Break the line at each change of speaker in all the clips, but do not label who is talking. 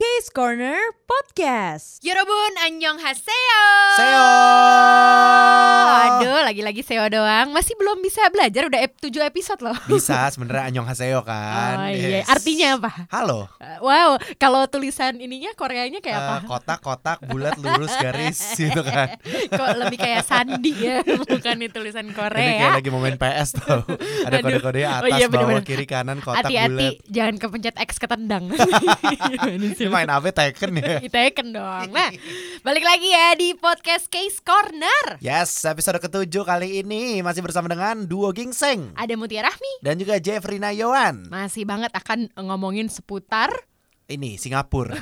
Case Corner Podcast.
Yorobun, annyeonghaseyo Aduh, lagi-lagi seo doang Masih belum bisa belajar, udah ep- 7 episode loh
Bisa sebenarnya Anyong Haseo
Oh
kan.
iya,
Yes.
artinya apa?
Halo.
Uh, Wow, kalau tulisan ininya Koreanya kayak apa?
Eh, kotak-kotak bulat lurus garis gitu kan.
Kok lebih kayak sandi ya, bukan nih tulisan
Ini kayak
Korea ya.
lagi mau main PS tuh. Ada
Aduh.
kode-kode
Oh
atas,
iya,
bawah,
bener-bener.
kiri, kanan, kotak bulat.
Hati-hati, jangan kepencet X ketendang Gimana sih?
Ini main apa Tekken ya?
Diteken dong Nah, balik lagi ya di podcast Case Corner
Yes, episode ketujuh kali ini masih bersama dengan duo Gingseng
Ada Mutia Rahmi
dan juga Jeffrey Nayawan.
Masih banget akan ngomongin seputar
Ini Singapura,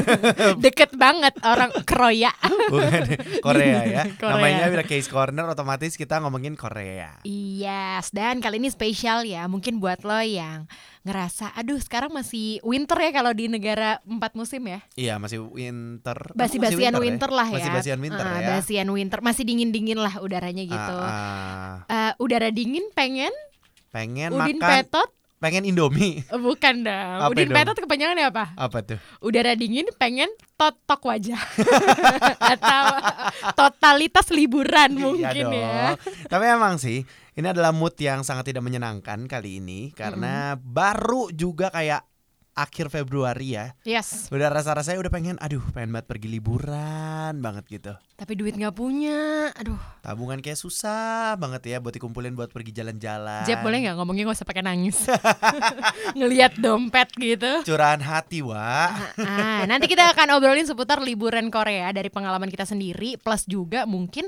Deket banget orang Kroya
bukan Korea ya.
Korea.
Namanya bila Case Corner otomatis kita ngomongin Korea.
Yes, dan kali ini spesial ya. Mungkin buat lo yang ngerasa, aduh sekarang masih winter ya kalau di negara empat musim ya.
Iya, masih winter. Emang masih
Basi-basian winter, lah ya.
Masih basian winter
Ah,
ya.
Basian winter, masih dingin-dingin lah udaranya gitu.
Ah, ah.
Eh, udara dingin pengen,
pengen
udin
makan
petot,
pengen indomie
Eh, bukan dong.
Apa
udin
dong?
petot kepanjangannya apa?
apa tuh
Udara dingin pengen totok wajah. Atau totalitas liburan mungkin ya.
Iya dong. tapi emang sih ini adalah mood yang sangat tidak menyenangkan kali ini karena baru juga kayak akhir Februari ya
Yes,
udah rasa-rasanya udah pengen aduh pengen banget pergi liburan banget gitu
tapi duit nggak punya. Aduh,
tabungan kayak susah banget ya buat dikumpulin buat pergi jalan-jalan
Jeb boleh nggak ngomongnya nggak usah pakai nangis ngelihat dompet gitu
curahan hati wa
ah, nanti kita akan obrolin seputar liburan Korea dari pengalaman kita sendiri plus juga mungkin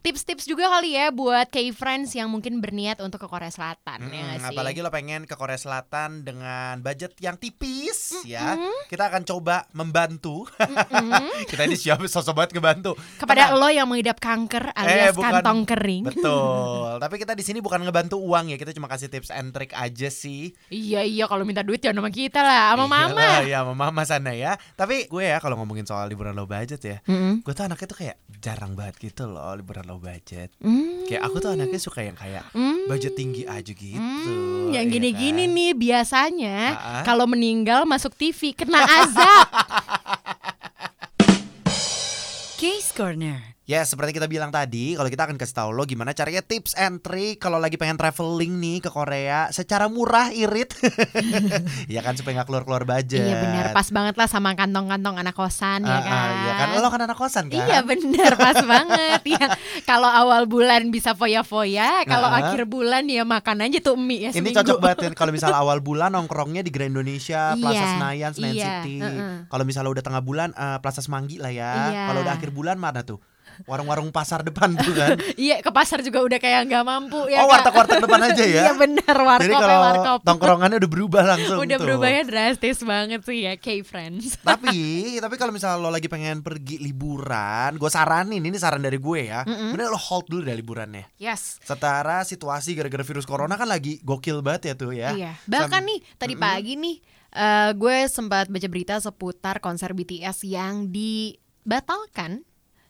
tips-tips juga kali ya buat K-friends yang mungkin berniat untuk ke Korea Selatan ya nggak
Mm,
sih?
apalagi lo pengen ke Korea Selatan dengan budget yang tipis ya kita akan coba membantu
Mm-mm.
kita ini siapa sosok banget ngebantu
Mm-hmm. kepada
Tenang.
lo yang mengidap kanker alias
Eh, bukan.
kantong kering
Betul. Tapi kita di sini bukan ngebantu uang ya, kita cuma kasih tips and trick aja sih.
iya iya kalau minta duit jangan sama kita lah sama mama
Iya, sama mama sana ya. Tapi gue ya kalau ngomongin soal liburan low budget ya,
Mm-mm.
gue tuh anaknya tuh kayak jarang banget gitu loh liburan low budget.
Mm.
Kayak aku tuh anaknya suka yang kayak
Mm.
budget tinggi aja gitu.
Hmm, yang
iya
gini-gini
kan?
nih biasanya
Ah.
kalau meninggal masuk TV kena azab.
Case Corner.
Ya seperti kita bilang tadi, kalau kita akan kasih tahu lo gimana caranya tips and trick kalau lagi pengen traveling nih ke Korea secara murah irit, ya kan supaya nggak keluar-keluar budget.
Iya benar, pas banget lah sama kantong-kantong anak kosan ya
Ah,
kan.
ah, Iya kan, lo kan anak kosan kan?
Iya benar, pas banget. Iya. Kalau awal bulan bisa foya-foya, kalau
Ah.
akhir bulan ya makan aja tuh mie ya
Ini
seminggu.
cocok banget ya, kalau misal awal bulan nongkrongnya di Grand Indonesia, Plaza
Iya,
Senayan, Senayan
iya,
City.
heeh.
Kalau misalnya udah tengah bulan eh, Plaza Semanggi lah ya.
Iya.
Kalau udah akhir bulan mana tuh? Warung-warung pasar depan tuh kan.
Iya, ke pasar juga udah kayak nggak mampu ya.
oh,
Kak.
warteg-warteg depan aja ya.
Iya benar,
Jadi
warkop ya
kalau
warkop.
tongkrongannya udah berubah langsung
Udah
tuh.
berubahnya drastis banget sih ya, K-friends.
tapi tapi kalau misalnya lo lagi pengen pergi liburan, gue saranin ini saran dari gue ya. Mending lo hold dulu deh liburannya.
Yes.
Setara situasi gara-gara virus corona kan lagi gokil banget ya tuh ya.
Iya. Bahkan
Sam-
nih tadi pagi nih eh, gue sempat baca berita seputar konser BTS yang dibatalkan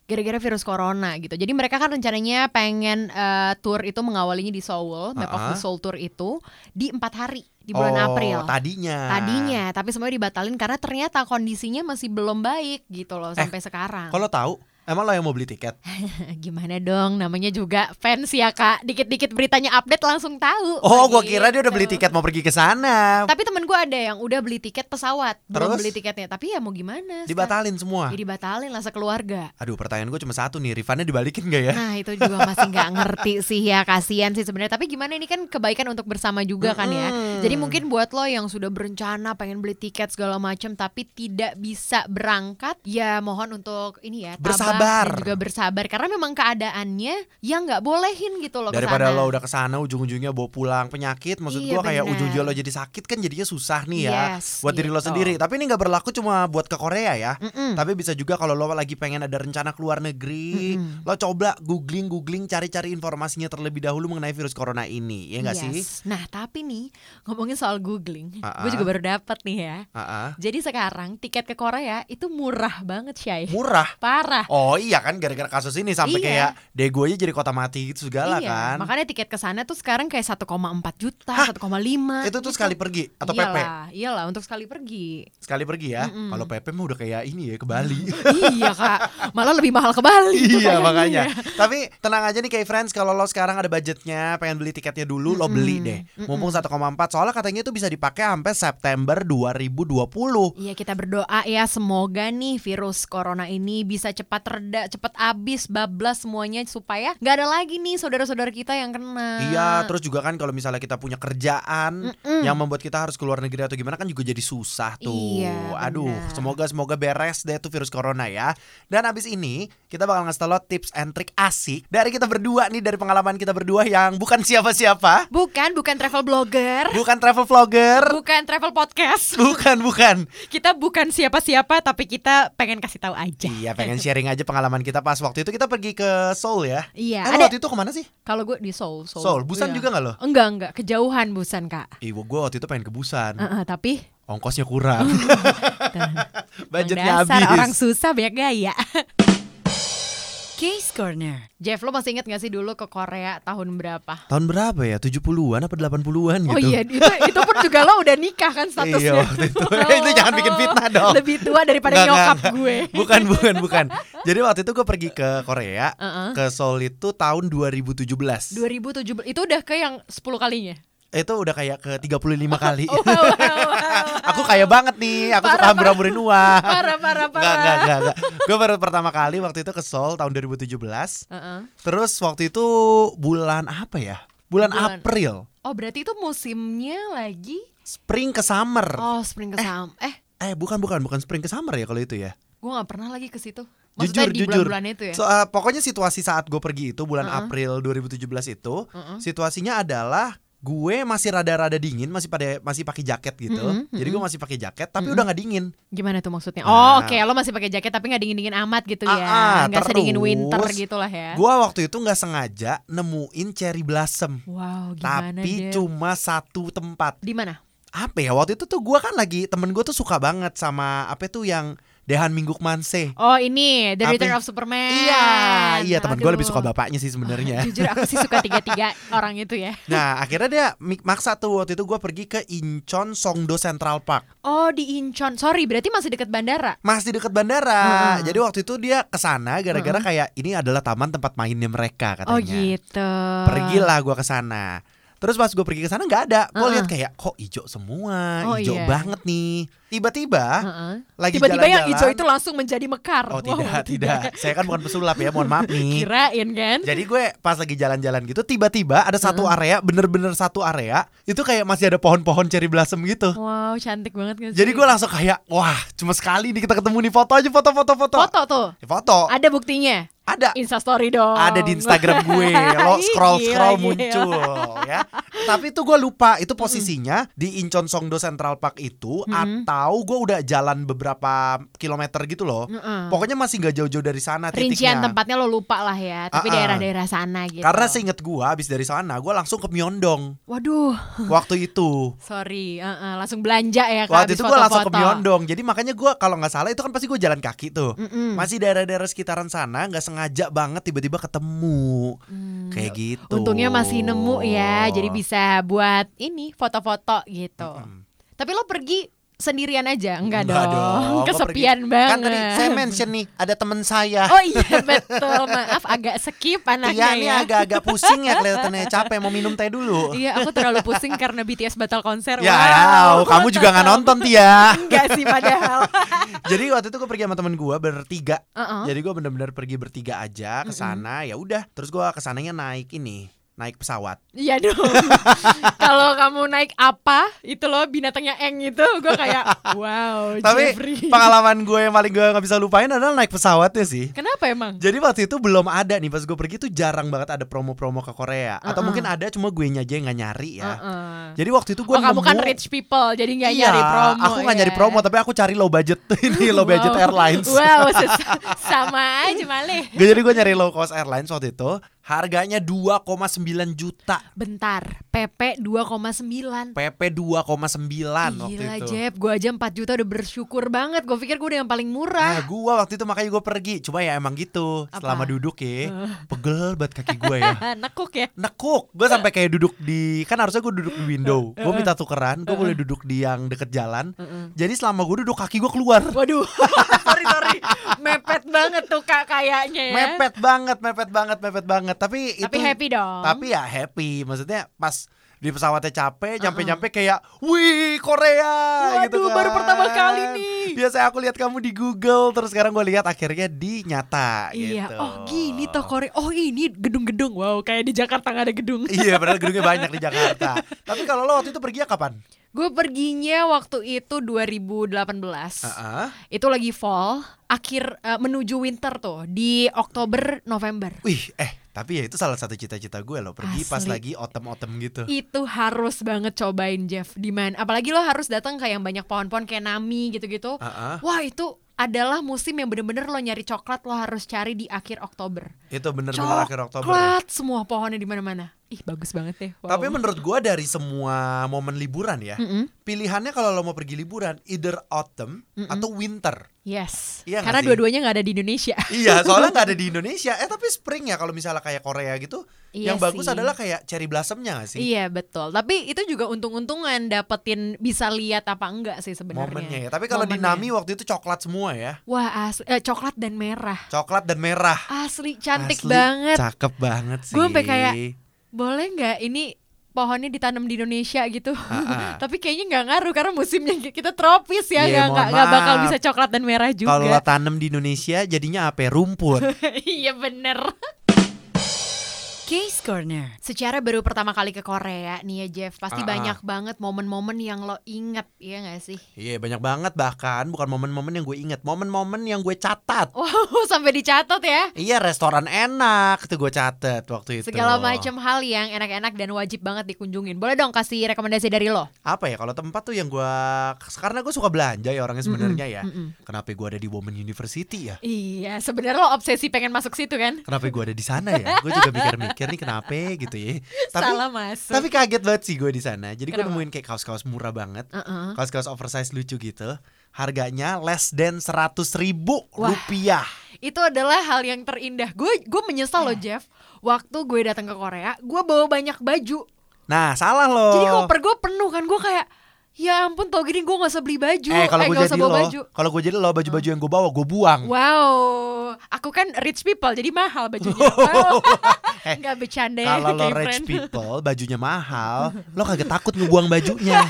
gara-gara virus corona gitu. Jadi mereka kan rencananya pengen eh, tour itu mengawalinya di Seoul, Map of the
Ah-ah.
Seoul tour itu di empat hari di bulan
Oh,
April.
Tadinya.
Tadinya, tapi semuanya dibatalin karena ternyata kondisinya masih belum baik gitu loh sampai sekarang.
Eh, Kalau tahu, emang lo yang mau beli tiket?
Gimana dong? Namanya juga fans ya kak. Dikit-dikit beritanya update langsung tahu.
Oh, gua kira dia udah beli
Gitu.
tiket mau pergi ke sana.
Tapi temen gue ada yang udah beli tiket pesawat, belum
Terus?
beli tiketnya. Tapi ya mau gimana? sekarang?
Dibatalin semua.
Ya dibatalin lah sekeluarga.
Aduh, pertanyaan gue cuma satu nih, Rifannya dibalikin gak ya?
Nah itu juga masih nggak ngerti sih ya kasihan sih sebenarnya. Tapi gimana ini kan kebaikan untuk bersama juga kan ya. Jadi mungkin buat lo yang sudah berencana pengen beli tiket segala macam tapi tidak bisa berangkat, ya mohon untuk ini ya tabah
Bersabar.
dan juga bersabar karena memang keadaannya ya nggak bolehin gitu loh.
Daripada
kesana.
lo udah kesana ujung-ujungnya bawa pulang penyakit, maksud
Iya,
gua kayak
bener.
ujung-ujungnya lo jadi sakit kan jadinya susah nih ya
Yes,
buat diri lo
gitu.
sendiri. Tapi ini nggak berlaku cuma buat ke Korea ya.
Mm-mm.
Tapi bisa juga kalau lo lagi pengen ada rencana keluar negeri, lo coba googling-googling cari-cari informasinya terlebih dahulu mengenai virus corona ini, ya nggak sih?
Yes. Nah tapi nih ngomongin soal googling,
Ah,
gue
ah.
juga baru dapat nih ya.
Ah, ah.
Jadi sekarang tiket ke Korea itu murah banget, Syai.
Murah.
Parah.
Oh, Oh iya kan gara-gara kasus ini sampai
Iya.
kayak Daegu aja jadi kota mati gitu segala
iya,
kan.
makanya tiket ke sana tuh sekarang kayak 1,4 juta,
Hah?
1,5.
Itu tuh sekali pergi atau PP?
gitu. Iyalah, iyalah untuk sekali pergi.
Sekali pergi ya.
Mm-mm.
Kalau PP mah udah kayak ini ya ke Bali.
iya, Kak. Malah lebih mahal ke Bali.
iya
Bayangin
makanya.
ya.
Tapi tenang aja nih kayak friends kalau lo sekarang ada budgetnya, pengen beli tiketnya dulu lo beli
Mm-mm.
deh.
Mm-mm.
Mumpung 1,4 soalnya katanya itu bisa dipakai sampai September 2020.
Iya kita berdoa ya semoga nih virus corona ini bisa cepat reda, cepat habis, bablas semuanya supaya nggak ada lagi nih saudara-saudara kita yang kena.
Iya, terus juga kan kalau misalnya kita punya kerjaan
Ah. Mm-mm.
yang membuat kita harus keluar negeri atau gimana kan juga jadi susah tuh.
Iya,
Aduh,
benar.
semoga semoga beres deh tuh virus corona ya. Dan abis ini kita bakal ngasih tau lo tips and trick asik dari kita berdua nih dari pengalaman kita berdua yang bukan siapa-siapa,
Bukan, bukan travel blogger,
bukan travel vlogger,
bukan travel podcast.
bukan bukan.
Kita bukan siapa-siapa tapi kita pengen kasih tahu aja.
Iya, pengen sharing aja pengalaman kita pas waktu itu kita pergi ke Seoul ya.
Iya,
Eh, lo
ada
waktu itu kemana sih?
kalau gue di Seoul, Seoul.
Seoul, Busan
Iya.
juga nggak lo?
Enggak, enggak, kejauhan Busan, Kak.
Ih, gue waktu itu pengen ke Busan.
Heeh, tapi
Ongkosnya kurang, budgetnya
emang dasar
habis.
orang susah banyak gaya.
Case Corner.
Jeff, lo masih inget gak sih dulu ke Korea tahun berapa?
Tahun berapa ya? 70-an apa 80-an gitu?
Oh iya, itu, itu pun juga lo udah nikah kan
Iya,
statusnya. Oh,
waktu itu. Itu jangan bikin fitnah dong.
Lebih tua daripada
Nggak,
nyokap
nggak, nggak.
gue.
Bukan, bukan, bukan. Jadi waktu itu gue pergi ke Korea,
Heeh.
ke Seoul itu tahun 2017.
2017 itu udah ke yang 10 kalinya. Oh,
Itu udah kayak ke 35 kali.
Wow, wow, wow.
Aku kaya banget nih, aku
Parah,
suka hambur-hamburin uang.
Parah, parah,
Enggak,
parah.
enggak, enggak, enggak. Gue baru pertama kali waktu itu ke Seoul tahun 2017.
Heeh.
Terus waktu itu bulan apa ya? Bulan,
Bulan.
April.
Oh berarti itu musimnya lagi
Spring ke summer.
Oh spring ke Sam Eh,
Eh, bukan, bukan, bukan spring ke summer ya kalau itu ya.
gue gak pernah lagi ke situ Maksudnya di bulan-bulan itu ya
So, uh, pokoknya situasi saat gue pergi itu bulan
Uh-uh.
April 2017 itu,
Uh-uh.
situasinya adalah gue masih rada-rada dingin, masih pada masih pakai jaket gitu.
Mm-mm,
Jadi gue masih pakai jaket, tapi udah nggak dingin.
Gimana tuh maksudnya?
Nah.
Oh oke lo masih pakai jaket tapi gak dingin-dingin amat gitu ya
Ah, ah,
Gak sedingin
terus
winter gitu lah ya
Gue waktu itu nggak sengaja nemuin cherry blossom.
Wow gimana
tapi
dia
cuma satu tempat.
Di mana?
Apa ya? Waktu itu tuh gue kan lagi temen gue tuh suka banget sama apa tuh yang Dehan Minggu Manse.
Oh ini The
Tapi-
Return of Superman.
Iya, iya temen gue
Aduh.
lebih suka bapaknya sih sebenarnya.
Jujur aku sih suka tiga-tiga orang itu ya.
Nah akhirnya dia mik- maksa tuh waktu itu gue pergi ke Incheon Songdo Central Park
Oh di Incheon. Sorry berarti masih dekat bandara.
masih dekat bandara.
Hmm.
Jadi waktu itu dia kesana gara-gara kayak ini adalah taman tempat mainnya mereka katanya.
Oh gitu.
Pergilah gue kesana. Terus pas gue pergi ke sana nggak ada. Gue
Heeh.
lihat kayak kok ijo
Oh,
semua, ijo
iya.
banget nih. Tiba-tiba
Heeh.
lagi
Tiba-tiba yang
jalan-jalan-
hijau itu langsung menjadi mekar.
Oh
Wow,
tidak, tidak. Iya. Saya kan bukan pesulap ya, mohon maaf nih.
Kirain kan?
Jadi gue pas lagi jalan-jalan gitu tiba-tiba ada satu area bener-bener satu area itu kayak masih ada pohon-pohon cherry blossom gitu.
Wow cantik banget nggak sih?
Jadi gue langsung kayak wah cuma sekali nih kita ketemu nih foto aja foto foto foto.
foto tuh.
Eh, foto
Ada buktinya.
ada
Insta story dong.
ada di Instagram gue
Ih,
lo scroll scroll
gila,
muncul ya. Tapi itu gue lupa itu posisinya di Incheon Songdo Central Park itu
Mm-mm.
atau gue udah jalan beberapa kilometer gitu loh.
Heeh.
Pokoknya masih nggak jauh-jauh dari sana
Rincian
titiknya.
tempatnya lo lupa lah ya, tapi
Ah, ah.
daerah-daerah sana gitu.
Karena seinget gue abis dari sana gue langsung ke Myeongdong
Waduh,
waktu itu.
sorry, eh, eh, langsung belanja ya Kak, habis
Waktu itu gue langsung ke
foto-foto.
Myeongdong. Jadi makanya gue kalau nggak salah itu kan pasti gue jalan kaki tuh.
Mm-mm.
Masih daerah-daerah sekitaran sana nggak sengaja banget tiba-tiba ketemu.
Hmm.
Kayak gitu. Oh.
Untungnya masih nemu ya, jadi bisa buat ini foto-foto gitu.
Mm-mm.
Tapi lo pergi sendirian aja, enggak,
Enggak
dong?
dong, gua
Kesepian banget.
Kan tadi saya mention nih ada teman saya.
Oh iya betul, maaf agak skip anaknya
Tia Iya, ini
ya.
agak-agak pusing ya kelihatannya capek mau minum teh dulu.
Iya, aku terlalu pusing karena BTS batal konser.
Ya,
Wow.
wow, kamu juga nggak nonton Tia.
Enggak sih padahal.
Jadi waktu itu gue pergi sama temen gue bertiga.
Uh-uh.
Jadi gue bener-bener pergi bertiga aja ke sana. Ya udah, terus gue kesananya naik ini, naik pesawat.
Iya dong. Kalau kamu naik apa, itu lo binatangnya eng itu, gue kayak wow.
Tapi
Jeffrey.
pengalaman gue yang paling gue nggak bisa lupain adalah naik pesawatnya sih.
Kenapa emang?
Jadi waktu itu belum ada nih pas gue pergi tuh jarang banget ada promo-promo ke Korea atau mungkin ada cuma gue aja yang nggak nyari ya.
Uh-uh.
Jadi waktu itu gue
oh, kamu
nemu-
kan rich people, jadi nggak
Iya,
nyari promo.
Aku nggak nyari
ya.
promo tapi aku cari low budget ini low budget
Wow.
airlines.
Wow, ses- sama aja malih.
Gak jadi gue nyari low cost airlines waktu itu Harganya 2,9 juta.
Bentar, PP 2,9.
PP 2,9 waktu
Gila
itu.
Jeb, gue aja 4 juta udah bersyukur banget Gue pikir gue udah yang paling
Nah,
murah
gua waktu itu makanya gua pergi. Cuma ya emang gitu.
Apa?
Selama duduk ya, pegel banget kaki gua ya.
Ah, Nekuk ya
Nekuk, gua sampai kayak duduk di kan harusnya gua duduk di window.
Eh,
Gua minta tukeran, gua boleh duduk di yang deket jalan. Jadi selama gua duduk kaki gua keluar.
Waduh, sorry sorry, mepet banget tuh kak kayaknya ya.
Mepet banget, mepet banget, mepet banget. Tapi itu
Tapi happy dong.
Tapi ya happy, maksudnya pas di pesawatnya capek, nyampe-nyampe kayak, wih Korea
Eh,
gitu
Waduh, baru
kan.
pertama kali nih.
Biasanya aku lihat kamu di Google, terus sekarang gue lihat akhirnya di nyata
Iya,
gitu.
oh gini toh Korea. Oh ini gedung-gedung. Wow, kayak di Jakarta nggak ada gedung.
Iya, padahal gedungnya banyak di Jakarta. Tapi kalau lo waktu itu pergi kapan?
Gue perginya waktu itu 2018.
Heeh.
Itu lagi fall, akhir eh, menuju winter tuh di Oktober November.
Wih, eh tapi ya itu salah satu cita-cita gue loh pergi pas
Asli.
lagi autumn-autumn gitu.
Itu harus banget cobain Jeff di mana. Apalagi lo harus datang ke yang banyak pohon-pohon kayak Nami gitu-gitu.
Heeh.
Wah, itu adalah musim yang bener-bener lo nyari coklat lo harus cari di akhir Oktober.
Itu bener-bener
Coklat
akhir Oktober. ya.
semua pohonnya di mana-mana. Ih bagus banget deh. Wow.
Tapi menurut gue dari semua momen liburan ya,
Mm-mm.
pilihannya kalau lo mau pergi liburan, either autumn atau winter.
yes,
Iya nggak
karena
sih?
dua-duanya nggak ada di Indonesia.
Iya, soalnya nggak ada di Indonesia. Eh tapi spring ya kalau misalnya kayak Korea gitu,
Iya
yang bagus
sih.
adalah kayak cherry blossomnya gak sih?
iya betul. Tapi itu juga untung-untungan dapetin bisa lihat apa enggak sih sebenarnya.
Momennya ya. Tapi kalau di
Momennya.
Nami waktu itu coklat semua ya,
wah asli eh, coklat dan merah.
coklat dan merah.
Asli cantik
Asli,
banget.
Cakep banget sih.
Gue sampai kayak boleh nggak ini pohonnya ditanam di Indonesia gitu.
Ah, ah.
Tapi kayaknya nggak ngaruh karena musimnya kita tropis ya, nggak
Iya, mohon
nggak nggak bakal
maaf.
bisa coklat dan merah
kalau lo
juga.
tanam di Indonesia jadinya apa? ya? Rumput.
Iya bener.
Case Corner.
Secara baru pertama kali ke Korea nih ya Jeff Pasti
Ah, ah.
banyak banget momen-momen yang lo inget Iya gak sih?
Iya banyak banget bahkan bukan momen-momen yang gue inget, momen-momen yang gue catat.
Wow sampai dicatat ya
Iya restoran enak tuh gue catet waktu itu.
Segala macam hal yang enak-enak dan wajib banget dikunjungin Boleh dong kasih rekomendasi dari lo?
Apa ya kalau tempat tuh yang gue karena gue suka belanja ya orangnya sebenarnya ya. Kenapa gue ada di Women University ya?
Iya sebenarnya lo obsesi pengen masuk situ kan?
Kenapa gue ada di sana ya? Gue juga mikir-mikir nih kenapa gitu ya. Tapi
Salah masuk
tapi kaget banget sih gue di sana. Jadi gue
Kenapa?
nemuin kayak kaos-kaos murah banget.
Uh-uh.
Kaos-kaos oversize lucu gitu. Harganya less than 100 ribu
Wah.
rupiah.
Itu adalah hal yang terindah Gue gue menyesal lo Jeff Waktu gue datang ke Korea Gue bawa banyak baju
Nah salah loh.
Jadi koper gue penuh kan Gue kayak Ya ampun tau gini gue gak usah beli baju Oh.
Eh kalau gue
nggak
jadi lo, kalau gue jadi lo baju-baju yang gue bawa gue buang.
Wow, aku kan rich people jadi mahal bajunya. Wow. Nggak bercanda ya,
Oh. Kalau lo
kayak
rich
friend.
people, bajunya mahal, lo kagak takut ngebuang bajunya.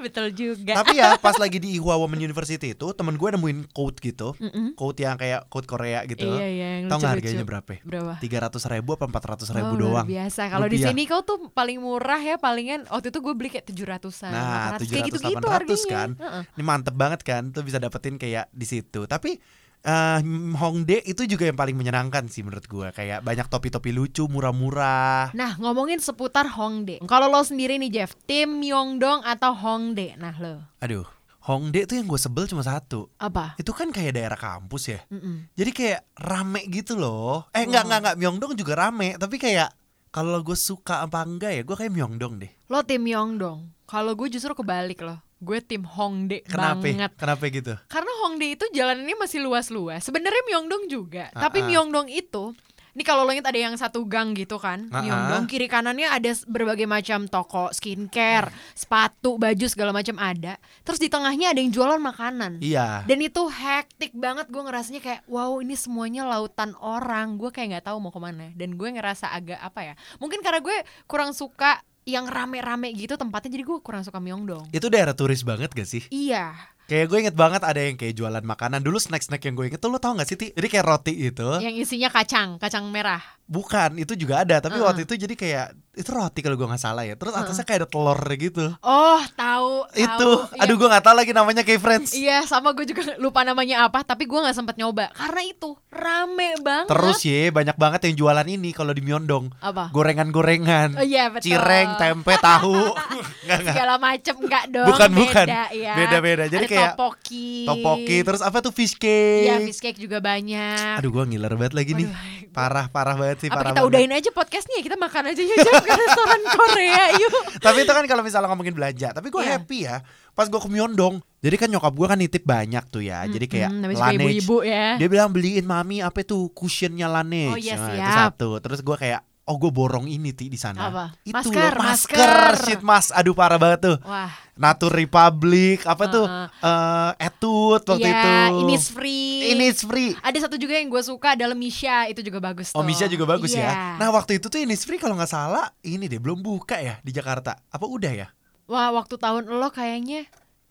Betul juga.
Tapi ya pas lagi di Ihwa Women University itu, temen gue nemuin coat gitu, coat yang kayak coat Korea gitu.
Iya, iya, yang
Tau nggak
lucu-lucu.
harganya berapa? ya?
Berapa?
Tiga ratus ribu apa empat ratus ribu
Oh,
doang?
luar biasa. Kalau di
Rupiah.
sini kau tuh paling murah ya, palingan waktu itu gue beli kayak 700-an,
Nah,
800, kayak
tujuh ratus
gitu-gitu
delapan ratus
harganya.
kan,
Heeh.
ini mantep banget kan, tuh bisa dapetin kayak di situ. Tapi eh, Hongdae itu juga yang paling menyenangkan sih menurut gue, kayak banyak topi-topi lucu, murah-murah.
Nah, ngomongin seputar Hongdae. Kalau lo sendiri nih Jeff, tim Myeongdong atau Hongdae? Nah, lo
Aduh, Hongdae tuh yang gue sebel cuma satu.
apa?
Itu kan kayak daerah kampus ya.
Mm-mm.
Jadi kayak rame gitu loh. Eh nggak nggak nggak Myeongdong juga rame, tapi kayak kalau gue suka apa enggak ya, gue kayak Myeongdong deh.
Lo tim Myeongdong. Kalau gue justru kebalik loh. Gue tim Hongdae
Kenapa?
banget.
Kenapa gitu?
Karena Hongdae itu jalanannya masih luas-luas. Sebenarnya Myeongdong juga,
Ah,
tapi
ah.
Myeongdong itu ini kalau lo ingat ada yang satu gang gitu kan,
Ah,
Myeongdong
ah.
kiri kanannya ada s- berbagai macam toko skincare, sepatu, baju segala macam ada. Terus di tengahnya ada yang jualan makanan.
Iya.
Dan itu hektik banget gue ngerasanya kayak wow ini semuanya lautan orang gue kayak nggak tahu mau kemana dan gue ngerasa agak apa ya mungkin karena gue kurang suka yang rame-rame gitu tempatnya jadi gue kurang suka Myeongdong.
Itu daerah turis banget gak sih?
Iya,
Kayak gue inget banget ada yang kayak jualan makanan Dulu snack-snack yang gue inget tuh lo tau gak sih Ti? Jadi kayak roti gitu
yang isinya kacang, kacang merah.
Bukan, itu juga ada Tapi waktu itu jadi kayak Itu roti kalau gue gak salah ya Terus atasnya kayak ada telur gitu
Oh, tahu. tahu.
Itu,
Iya.
aduh gue gak tahu lagi namanya kayak friends
Iya, sama gue juga lupa namanya apa, tapi gue nggak sempet nyoba karena itu rame banget.
Terus ya banyak banget yang jualan ini kalau di Myeongdong
apa?
Gorengan-gorengan
Oh, iya, betul.
Cireng, tempe, tahu Nggak, nggak.
Segala macem enggak dong.
Bukan, bukan.
Beda ya.
Beda-beda. Jadi
Ada
kayak kayak
topoki.
topoki, terus apa tuh fish cake.
Iya, fish cake juga banyak.
Aduh, gua ngiler banget lagi nih.
Waduh,
Parah, parah banget sih,
apa
parah
kita
banget.
udahin aja podcastnya ya? kita makan aja yuk Jam, ke restoran Korea yuk
tapi itu kan kalau misalnya ngomongin belanja, tapi gue
Iya.
happy ya. Pas gue ke Myeongdong, jadi kan nyokap gue kan nitip banyak tuh ya. Jadi kayak
Hmm, namanya juga
Laneige.
ibu-ibu ya
Dia bilang beliin mami apa itu cushionnya Laneige. Nah,
Oh, iya,
itu
siap.
satu. Terus gue kayak oh gue borong ini ti di sana.
Apa?
Itu
Masker,
loh, masker,
masker.
shit mas. Aduh parah banget tuh.
wah
Natur Republic, apa tuh? Eh, Etude waktu itu.
iya ini free
Ini is free.
ada satu juga yang gue suka adalah Misha itu juga bagus tuh.
Oh Misha juga bagus
Iya.
ya. Nah waktu itu tuh Innisfree kalau nggak salah ini deh belum buka ya di Jakarta. Apa udah ya?
Wah, waktu tahun lo kayaknya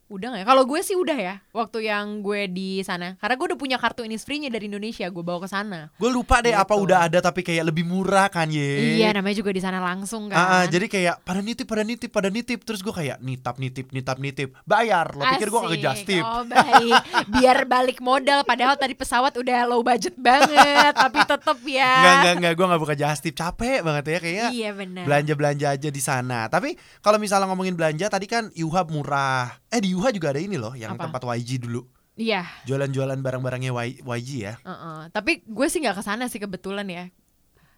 udah nggak ya? Kalau gue sih udah ya. Waktu yang gue di sana. Karena gue udah punya kartu Innisfree-nya dari Indonesia, gue bawa ke sana.
Gue lupa deh apa
Gitu.
udah ada tapi kayak lebih murah kan ye.
Iya, namanya juga di sana langsung kan.
Ah, ah, jadi kayak pada nitip, pada nitip, pada nitip Terus gue kayak nitap, nitip, nitap, nitip Bayar, lo pikir gue
Asik.
kagak just tip
Oh, baik. Biar balik modal padahal tadi pesawat udah low budget banget, tapi tetep ya.
Enggak, enggak, enggak, gue gak buka just tip Capek banget ya kayaknya
Iya benar.
Belanja-belanja aja di sana Tapi kalau misalnya ngomongin belanja Tadi kan Yuhab murah Eh di Yuhab juga ada ini loh Yang
Apa?
tempat YG dulu
Iya,
Jualan-jualan barang-barangnya Y- YG ya
heeh. Tapi gue sih nggak ke sana sih kebetulan ya.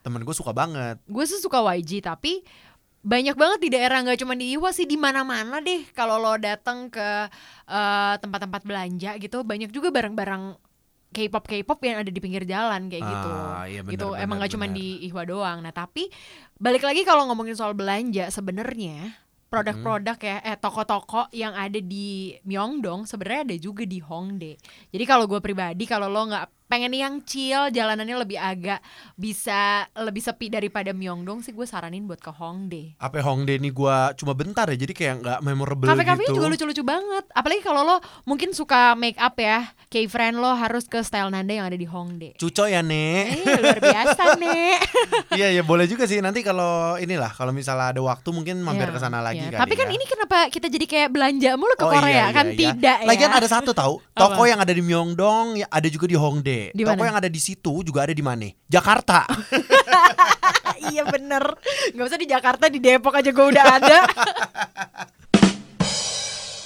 Temen gue suka banget
gue sih suka YG tapi banyak banget di daerah nggak cuma di Iwa sih di mana-mana deh kalau lo datang ke eh, tempat-tempat belanja gitu banyak juga barang-barang K-pop K-pop yang ada di pinggir jalan kayak gitu
Ah, iya bener,
gitu
bener,
emang nggak cuma
bener.
di Iwa doang nah tapi balik lagi kalau ngomongin soal belanja sebenarnya produk-produk ya eh toko-toko yang ada di Myeongdong sebenarnya ada juga di Hongdae jadi kalau gue pribadi kalau lo nggak pengen yang chill jalanannya lebih agak bisa lebih sepi daripada Myeongdong sih gue saranin buat ke Hongdae.
Apa Hongdae ini gue cuma bentar ya Jadi kayak gak memorable
Kafe-kafe
gitu
juga lucu-lucu banget. Apalagi kalau lo mungkin suka make up ya, kayak friend lo harus ke Style Nanda yang ada di Hongdae.
Cuco ya Nek
Eh, luar biasa nek.
Iya ya boleh juga sih nanti kalau inilah kalau misalnya ada waktu mungkin mampir
Ya,
ke sana
ya.
lagi kali
Tapi kan
ya.
ini kenapa kita jadi kayak belanja mulu ke
Oh,
Korea
iya, iya,
kan
iya.
tidak ya?
Lagian ada satu tahu,
Apa?
toko yang ada di Myeongdong ya, ada juga di Hongdae.
Di
Toko
mana?
yang ada di situ juga ada di mana? Jakarta.
iya bener. Gak usah di Jakarta di Depok aja gue udah ada.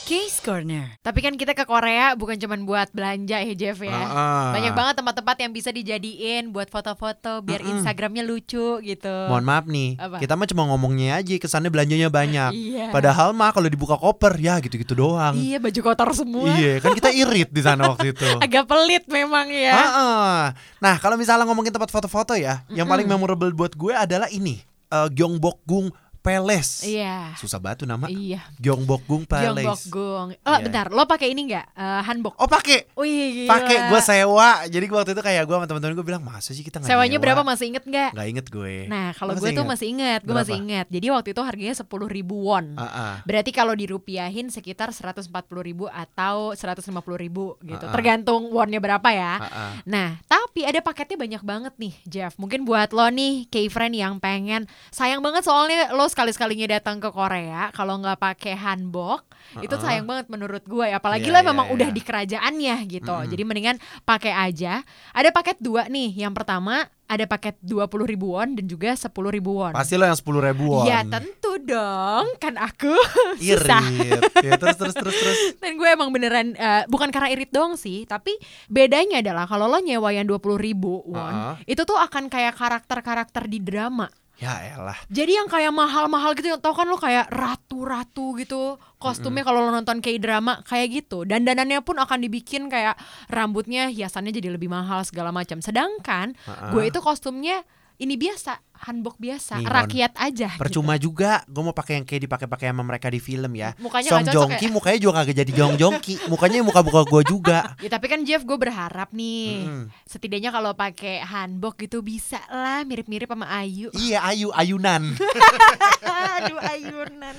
Case Corner.
Tapi kan kita ke Korea bukan cuman buat belanja ya Jeff ya.
Ah, ah.
Banyak banget tempat-tempat yang bisa dijadiin buat foto-foto biar Instagramnya lucu gitu.
Mohon maaf nih,
Apa?
kita mah cuma ngomongnya aja, kesannya belanjanya banyak.
Iya.
Padahal mah kalau dibuka koper ya gitu-gitu doang.
Iya baju kotor semua.
Iya, kan kita irit di sana waktu itu.
Agak pelit memang ya.
Ah, ah. Nah, kalau misalnya ngomongin tempat foto-foto ya, yang paling memorable buat gue adalah ini, eh, Gyeongbokgung Palace.
Iya.
Susah banget tuh nama.
Iya.
Gyeongbokgung Palace.
Gyeongbokgung. Oh,
Iya.
bentar, lo pakai ini enggak? Eh, hanbok. iya,
Oh, pakai.
Wih, gila.
Pakai gue sewa. Jadi gua waktu itu kayak gue sama teman-teman gue bilang, "Masa sih kita nggak
Sewanya
nyewa?"
berapa masih inget nggak?
Nggak inget gue.
Nah, kalau
Lo
gue tuh
inget?
masih inget, gue
Berapa?
masih inget. Jadi waktu itu harganya 10.000 ribu won.
Ah, ah.
Berarti kalau dirupiahin sekitar 140.000 ribu atau 150.000 ribu gitu.
Ah, ah.
Tergantung wonnya berapa ya.
Ah, ah.
Nah, tapi ada paketnya banyak banget nih, Jeff. Mungkin buat lo nih, K-friend yang pengen. Sayang banget soalnya lo sekali-sekalinya datang ke Korea, kalau nggak pakai hanbok, itu sayang banget menurut gue. Apalagi
Iya,
lah
iya,
memang
iya.
udah di kerajaannya gitu. Jadi mendingan pakai aja. Ada paket dua nih. Yang pertama ada paket 20 ribu won dan juga 10 ribu won.
Pasti lo yang sepuluh ribuan.
Ya tentu dong, kan aku susah.
Irit. Ya, terus terus terus terus.
Dan gue emang beneran eh, bukan karena irit doang sih, tapi bedanya adalah kalau lo nyewa yang 20.000 ribu won,
Uh-uh.
itu tuh akan kayak karakter-karakter di drama.
Ya elah.
Jadi yang kayak mahal-mahal gitu, yang tau kan lo kayak ratu-ratu gitu, kostumnya kalau lo nonton kayak drama kayak gitu. Dandanannya pun akan dibikin kayak rambutnya hiasannya jadi lebih mahal segala macam. Sedangkan
Uh-uh.
gue itu kostumnya ini biasa, hanbok biasa,
Nihon.
rakyat aja. gitu.
Percuma juga, gue mau pakai yang kayak dipakai-pakai sama mereka di film ya.
Mukanya
Song
nggak cocok
Jongki mukanya juga kagak jadi Jong Jongki, mukanya muka muka gue juga.
Ya tapi kan Jeff gue berharap nih
Mm-mm.
setidaknya kalau pakai hanbok gitu bisa lah mirip-mirip sama Ayu.
Iya ayu ayunan,
Aduh Ayunan.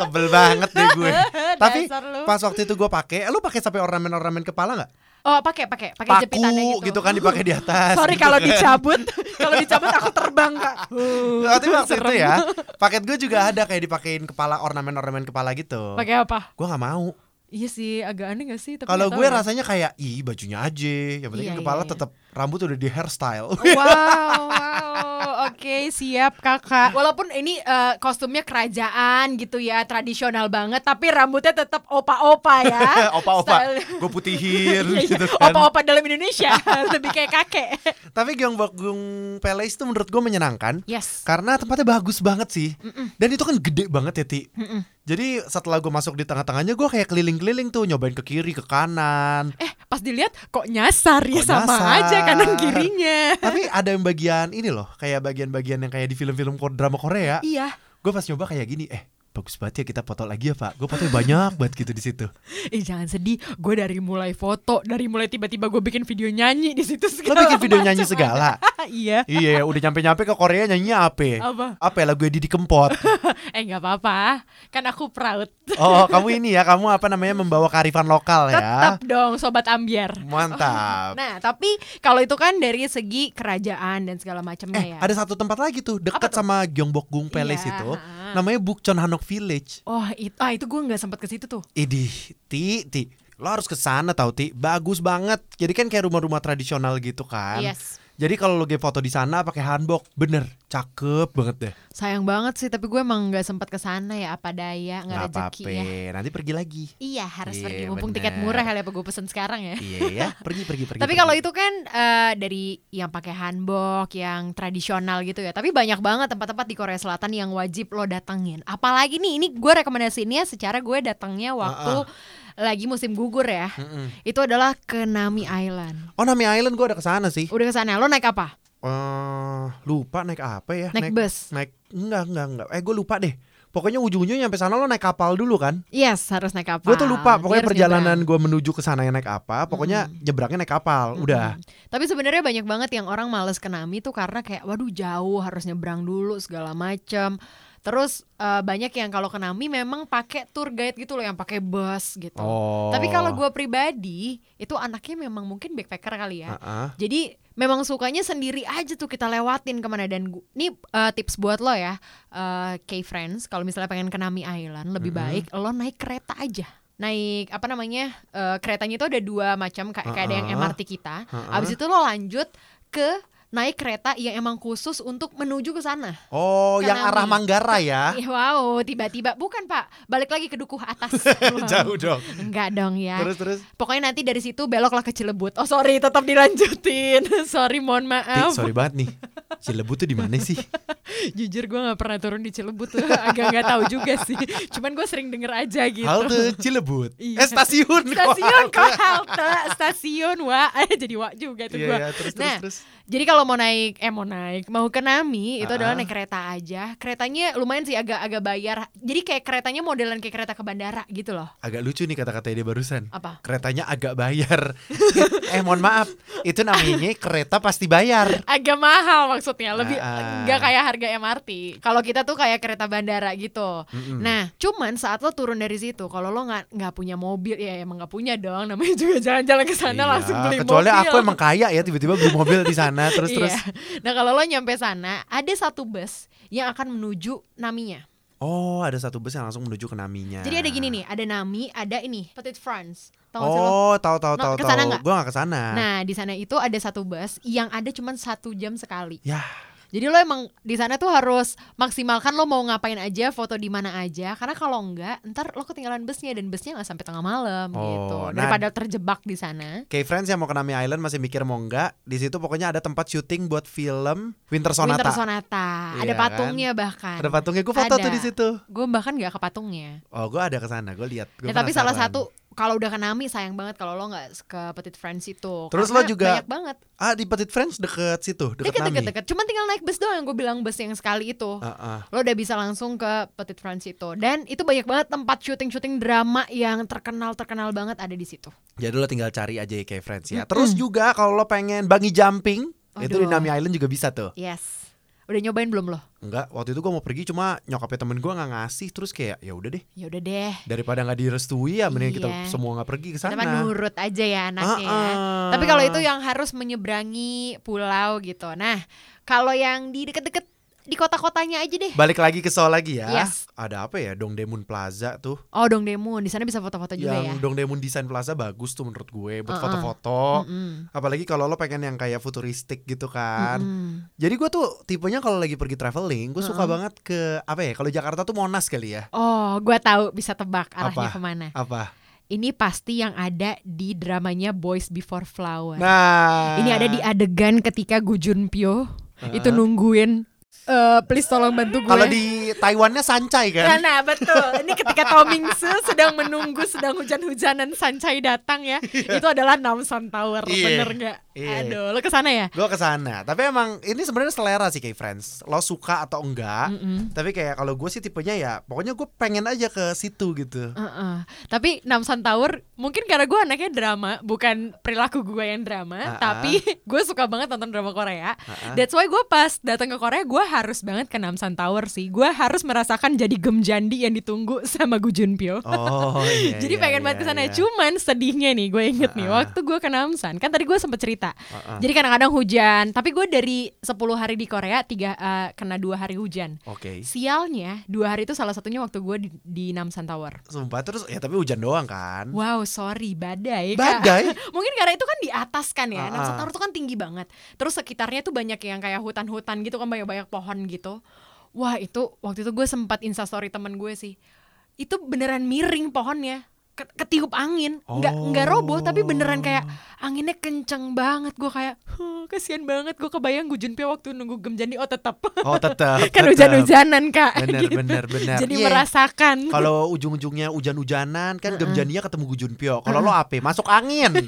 sebel banget deh gue. Tapi
Dasar lu.
pas waktu itu gue pakai, eh, lu pakai sampai ornamen-ornamen kepala nggak?
Oh pakai pakai pakai
Paku
jepitannya
gitu.
gitu.
kan dipakai di atas.
Sorry
gitu
kalau
kan.
dicabut, kalau dicabut aku terbang kak. Uh,
Tapi waktu
serem.
itu ya, paket gue juga ada kayak dipakein kepala ornamen-ornamen kepala gitu.
Pakai apa?
Gue nggak mau.
Iya sih agak aneh gak sih? Tapi
Kalau
nggak
gue
tahu ya.
rasanya kayak ih bajunya aja, yang penting
Iya,
kan kepala
iya, iya.
tetap rambut udah di hairstyle.
Wow, wow, oke siap kakak. Walaupun ini eh, kostumnya kerajaan gitu ya, tradisional banget, tapi rambutnya tetap opa-opa ya.
Opa-opa,
Style- Iya,
gue putihin gitu kan.
Opa-opa dalam Indonesia, lebih kayak kakek.
Tapi Gyeongbokgung Palace itu menurut gue menyenangkan
Yes.
karena tempatnya bagus banget sih. Dan itu kan gede banget ya, Ti.
Mm-mm.
Jadi setelah gue masuk di tengah-tengahnya gue kayak keliling-keliling tuh nyobain ke kiri, ke kanan.
Eh, pas dilihat kok nyasar ya
Kok
sama
nyasar.
aja kanan kirinya.
Tapi ada yang bagian ini loh, kayak bagian-bagian yang kayak di film-film ko- drama Korea.
Iya,
Gue pas nyoba kayak gini, eh bagus banget ya kita foto lagi ya Pak. Gue fotonya banyak banget gitu di situ.
eh jangan sedih. Gue dari mulai foto, dari mulai tiba-tiba gue bikin video nyanyi di situ
Lo
segala
bikin video
macam.
nyanyi segala.
iya.
iya, udah nyampe-nyampe ke Korea nyanyinya apa?
Apa?
Apa ya, lagu Didi Kempot?
Eh nggak apa-apa, kan aku proud.
Oh, kamu ini ya, kamu apa namanya membawa kearifan lokal ya? Hmm.
Tetap dong sobat ambiar.
Mantap.
Nah, tapi kalau itu kan dari segi kerajaan dan segala macamnya
Eh,
ya.
ada satu tempat lagi tuh
Apa
dekat
tuh?
sama Gyeongbokgung Palace
Iya,
itu,
ha-ha.
namanya Bukchon Hanok Village.
Oh, itu ah itu gue nggak sempat ke situ tuh.
Idih, ti ti, lo harus ke sana tau ti, bagus banget. Jadi kan kayak rumah-rumah tradisional gitu kan.
Yes.
Jadi kalau lo game foto di sana pakai hanbok, bener, cakep banget deh.
Sayang banget sih, tapi gue emang nggak sempat ke sana ya apa daya, nggak rezeki
apa-apa,
ya.
nanti pergi lagi.
Iya, harus
Iya,
pergi mumpung tiket
bener.
murah kali apa gue pesen sekarang ya.
Iya ya, pergi pergi pergi.
Tapi
pergi.
kalau itu kan eh, dari yang pakai hanbok, yang tradisional gitu ya. Tapi banyak banget tempat-tempat di Korea Selatan yang wajib lo datengin. Apalagi nih, ini gue rekomendasiinnya secara gue datangnya waktu lagi musim gugur ya.
Mm-mm.
Itu adalah ke Nami Island.
Oh Nami Island gue ada ke sana sih.
Udah ke sana, lo naik apa?
Eh, lupa naik apa ya?
Naik bus.
Naik enggak enggak enggak. Eh gue lupa deh. Pokoknya ujung-ujungnya nyampe sana lo naik kapal dulu kan?
Yes, harus naik kapal.
Gue tuh
Dia
lupa pokoknya
Ah, harus
perjalanan
nyebrang.
gue menuju ke sana yang naik apa, pokoknya nyebrangnya naik kapal, udah.
Tapi sebenarnya banyak banget yang orang males ke Nami tuh karena kayak waduh jauh harus nyebrang dulu segala macem. Terus eh, banyak yang kalau ke Nami memang pakai tour guide gitu loh yang pakai bus gitu.
Oh.
Tapi kalau gue pribadi itu anaknya memang mungkin backpacker kali ya.
Oh. Heeh.
Jadi memang sukanya sendiri aja tuh kita lewatin kemana dan gu- ini eh, tips buat lo ya, eh K-Friends kalau misalnya pengen ke Nami Island lebih baik
Mm-hmm.
lo naik kereta aja. Naik apa namanya? eh, keretanya itu ada dua macam kayak kayak ada yang
Uh-uh.
MRT kita.
Uh-uh.
Abis itu lo lanjut ke naik kereta yang emang khusus untuk menuju ke sana.
Oh,
Ke
yang
Nami.
arah Manggarai ya?
Ih, Wow, tiba-tiba bukan Pak, balik lagi ke dukuh atas. Iya.
Jauh dong.
Enggak dong ya.
Terus terus.
Pokoknya nanti dari situ beloklah ke Cilebut. Oh sorry, tetap dilanjutin. sorry, mohon
Ti,
maaf.
sorry banget nih. Cilebut tuh di mana sih?
Jujur gue nggak pernah turun di Cilebut, tuh. agak nggak tahu juga sih. Cuman gue sering denger aja gitu.
Halte Cilebut.
Iya.
Eh stasiun. kok.
Stasiun kok halte, stasiun wa, Eh, jadi wa juga tuh
Iya,
gue.
iya, terus terus
Nah,
terus.
Jadi kalau mau naik, eh mau naik, mau ke Nami itu
Ah,
adalah
ah.
naik kereta aja. Keretanya lumayan sih agak-agak bayar. Jadi kayak keretanya modelan kayak kereta ke bandara gitu loh.
Agak lucu nih kata-kata dia barusan.
Apa?
Keretanya agak bayar. eh mohon maaf, itu namanya kereta pasti bayar.
agak mahal maksudnya lebih
Ah.
nggak kayak harga MRT kalau kita tuh kayak kereta bandara gitu
Mm-mm.
nah cuman saat lo turun dari situ kalau lo nggak nggak punya mobil ya emang nggak punya dong namanya juga jalan-jalan ke sana
Iya,
langsung beli
kecuali
mobil
aku emang kaya ya tiba-tiba beli mobil di sana terus
Iya.
terus.
nah kalau lo nyampe sana ada satu bus yang akan menuju Naminya
Oh, ada satu bus yang langsung menuju ke Naminya.
jadi ada gini nih ada Nami ada ini Petit France Tahu nggak sih lo?
Nah. Oh, tahu tahu
No,
tahu
kesana
tahu.
nggak?
Gua nggak kesana.
Nah di sana itu ada satu bus yang ada cuman satu jam sekali.
Ya,
Jadi lo emang di sana tuh harus maksimalkan lo mau ngapain aja, foto di mana aja. Karena kalau enggak, ntar lo ketinggalan busnya dan busnya nggak sampai tengah malam
Oh,
gitu.
nah-
Daripada terjebak di sana.
Kayak friends yang mau ke Nami Island masih mikir mau nggak? Di situ pokoknya ada tempat syuting buat film Winter Sonata.
Winter Sonata, ada
Iya
patungnya bahkan.
Ada patungnya, gue foto
Ada.
tuh di situ.
Gue bahkan nggak ke patungnya.
Oh, gue ada ke sana, gue lihat. Gua
Ya, tapi salah
penasaran.
satu kalau udah ke Nami sayang banget kalau lo nggak ke Petit Friends itu.
Terus
Karena
lo juga
banyak banget.
Ah, di Petit Friends deket situ, deket,
Deket
Nami.
deket deket. Cuman tinggal naik bus doang yang gue bilang bus yang sekali itu.
Ah, ah.
lo udah bisa langsung ke Petit France itu dan itu banyak banget tempat syuting-syuting drama yang terkenal terkenal banget ada di situ.
Jadi lo tinggal cari aja ya kayak friends ya. Terus juga kalau lo pengen bangi jumping, itu di
Aduh.
Nami Island juga bisa tuh.
Yes. Udah nyobain belum lo?
Enggak, waktu itu gue mau pergi cuma nyokapnya temen gue nggak ngasih, terus kayak ya udah deh.
Ya udah deh.
Daripada nggak direstui ya, mending kita
Iya.
semua nggak pergi ke
Kita
sana.
mah nurut aja ya anaknya. ya.
Ah-ah.
Tapi kalau itu yang harus menyeberangi pulau gitu. Nah, kalau yang di deket-deket di kota-kotanya aja deh.
Balik lagi ke Seoul lagi ya.
Yes.
Ada apa ya? Dongdaemun Plaza tuh.
Oh Dongdaemun, di sana bisa foto-foto juga ya.
yang Dongdaemun Design Plaza bagus tuh menurut gue
Uh-uh.
buat foto-foto.
Mm-mm.
Apalagi kalau lo pengen yang kayak futuristik gitu kan.
Mm-mm.
Jadi gue tuh tipenya kalau lagi pergi traveling, gue suka banget ke apa ya? Kalau Jakarta tuh Monas kali ya.
Oh, gua tahu bisa tebak arahnya
Apa?
kemana.
Apa?
Ini pasti yang ada di dramanya Boys Before Flower.
Nah,
Ini ada di adegan ketika Gu Junpyo itu nungguin eh please tolong bantu gue.
Kalau di Taiwannya sancai
Nah,
kan?
nah, betul. Ini ketika Tomingsu sedang menunggu sedang hujan-hujanan sancai datang ya. Itu adalah Namsan Tower,
Iya.
bener nggak?
Iya.
Aduh, lo kesana ya?
Gue kesana. Tapi emang ini sebenarnya selera sih kayak friends. Lo suka atau enggak?
Mm-mm.
Tapi kayak kalau gue sih tipenya ya, pokoknya gue pengen aja ke situ gitu.
Heeh. Tapi Namsan Tower mungkin karena gue anaknya drama, bukan perilaku gue yang drama,
Ah-ah.
tapi gue suka banget nonton drama Korea.
Ah-ah.
That's why gue pas datang ke Korea gue harus banget ke Namsan Tower sih. Gue harus merasakan jadi gemjandi yang ditunggu sama Gu Junpyo.
Oh, iya,
Jadi
iya,
pengen
iya,
banget kesana
iya.
Cuman sedihnya nih gue inget nih
Ah-ah.
Waktu gue ke Namsan Kan tadi gue sempet cerita
Ah-ah.
Jadi kadang-kadang hujan Tapi gue dari 10 hari di Korea tiga eh, Kena dua hari hujan
Oke.
Sialnya dua hari itu salah satunya waktu gue di, di Namsan Tower
Sumpah terus ya tapi hujan doang kan.
Wow sorry badai Kak.
Badai.
Mungkin karena itu kan di atas kan ya
Ah-ah.
Namsan Tower itu kan tinggi banget Terus sekitarnya tuh banyak yang kayak hutan-hutan gitu kan Banyak-banyak pohon gitu Wah itu waktu itu gue sempat instastory temen gue sih Itu beneran miring pohonnya Ke- ketiup angin nggak nggak roboh tapi beneran kayak
Oh.
anginnya kenceng banget gue kayak huh, kasihan banget gue kebayang Gu Junpyo waktu nunggu gemjandi oh tetap
Oh, tetap.
kan
tetap.
hujan-hujanan kak gitu.
Bener, bener, bener.
jadi
Iya.
merasakan
Kalau ujung-ujungnya hujan-hujanan kan gemjaninya ketemu Gu Junpyo. Kalau lo apa? Masuk angin.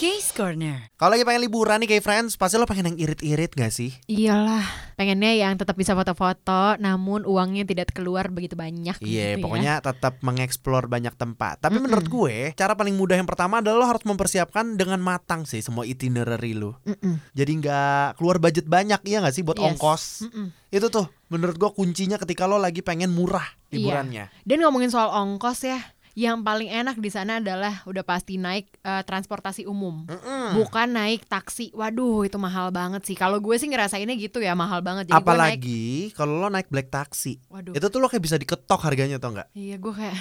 Case Corner.
Kalau lagi pengen liburan nih kayak friends, pasti lo pengen yang irit-irit gak sih?
iyalah pengennya yang tetap bisa foto-foto namun uangnya tidak keluar begitu banyak
Iya,
gitu ya.
pokoknya tetap mengeksplor banyak tempat. Tapi menurut gue, cara paling mudah yang pertama adalah lo harus mempersiapkan dengan matang sih semua itinerary lo.
Mm-mm.
Jadi nggak keluar budget banyak, iya nggak sih
Yes.
buat
Hmm.
ongkos?
Mm-mm.
Itu tuh menurut gue kuncinya ketika lo lagi pengen murah
Iya.
liburannya.
dan ngomongin soal ongkos ya yang paling enak di sana adalah udah pasti naik eh, transportasi umum
Mm-mm.
bukan naik taksi waduh itu mahal banget sih kalau gue sih ngerasainnya gitu ya mahal banget jadi gue naik
Apalagi kalau lo naik black taxi,
waduh
itu tuh lo kayak bisa diketok harganya tau nggak?
Iya gue kayak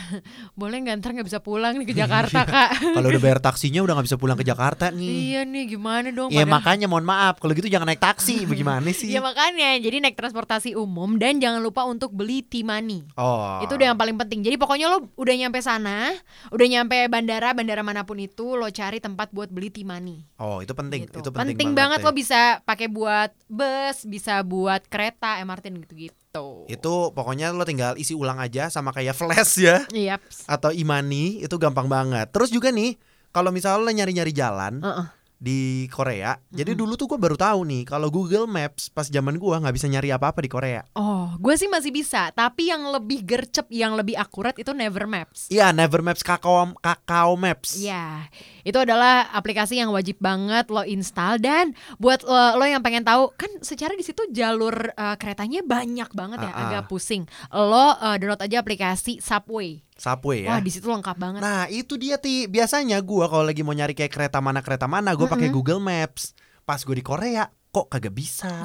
boleh nggak ntar nggak bisa pulang nih ke Jakarta kak
Kalau udah bayar taksinya udah nggak bisa pulang ke Jakarta
Iya
nih.
nih gimana dong
Ya
padahal-
makanya mohon maaf kalau gitu jangan naik taksi, bagaimana sih?
Iya makanya jadi naik transportasi umum dan jangan lupa untuk beli timani
Oh.
Itu udah yang paling penting. Jadi pokoknya lo udah nyampe sana, udah nyampe bandara, bandara manapun itu lo cari tempat buat beli timani
Oh, itu penting.
Gitu.
Itu penting,
banget,
ya.
lo bisa pakai buat bus, bisa buat kereta, MRT gitu-gitu.
Itu pokoknya lo tinggal isi ulang aja sama kayak flash ya
Iya.
atau imani itu gampang banget. Terus juga nih kalau misalnya lo nyari-nyari jalan
Heeh.
di Korea, jadi dulu tuh gue baru tahu nih kalau Google Maps pas zaman gue nggak bisa nyari apa-apa di Korea.
Oh, gue sih masih bisa, tapi yang lebih gercep, yang lebih akurat itu Never Maps.
Iya, Never Maps Kakao Kakao Maps.
Iya, itu adalah aplikasi yang wajib banget lo install dan buat uh, lo yang pengen tahu kan secara di situ jalur uh, keretanya banyak banget ya,
Ah-ah.
agak pusing. Lo uh, download aja aplikasi Subway.
Subway
Wah,
ya.
di situ lengkap banget.
Nah, itu dia ti. Biasanya gue kalau lagi mau nyari kayak kereta mana kereta mana, gue pakai Google Maps. Pas gue di Korea, kok kagak bisa.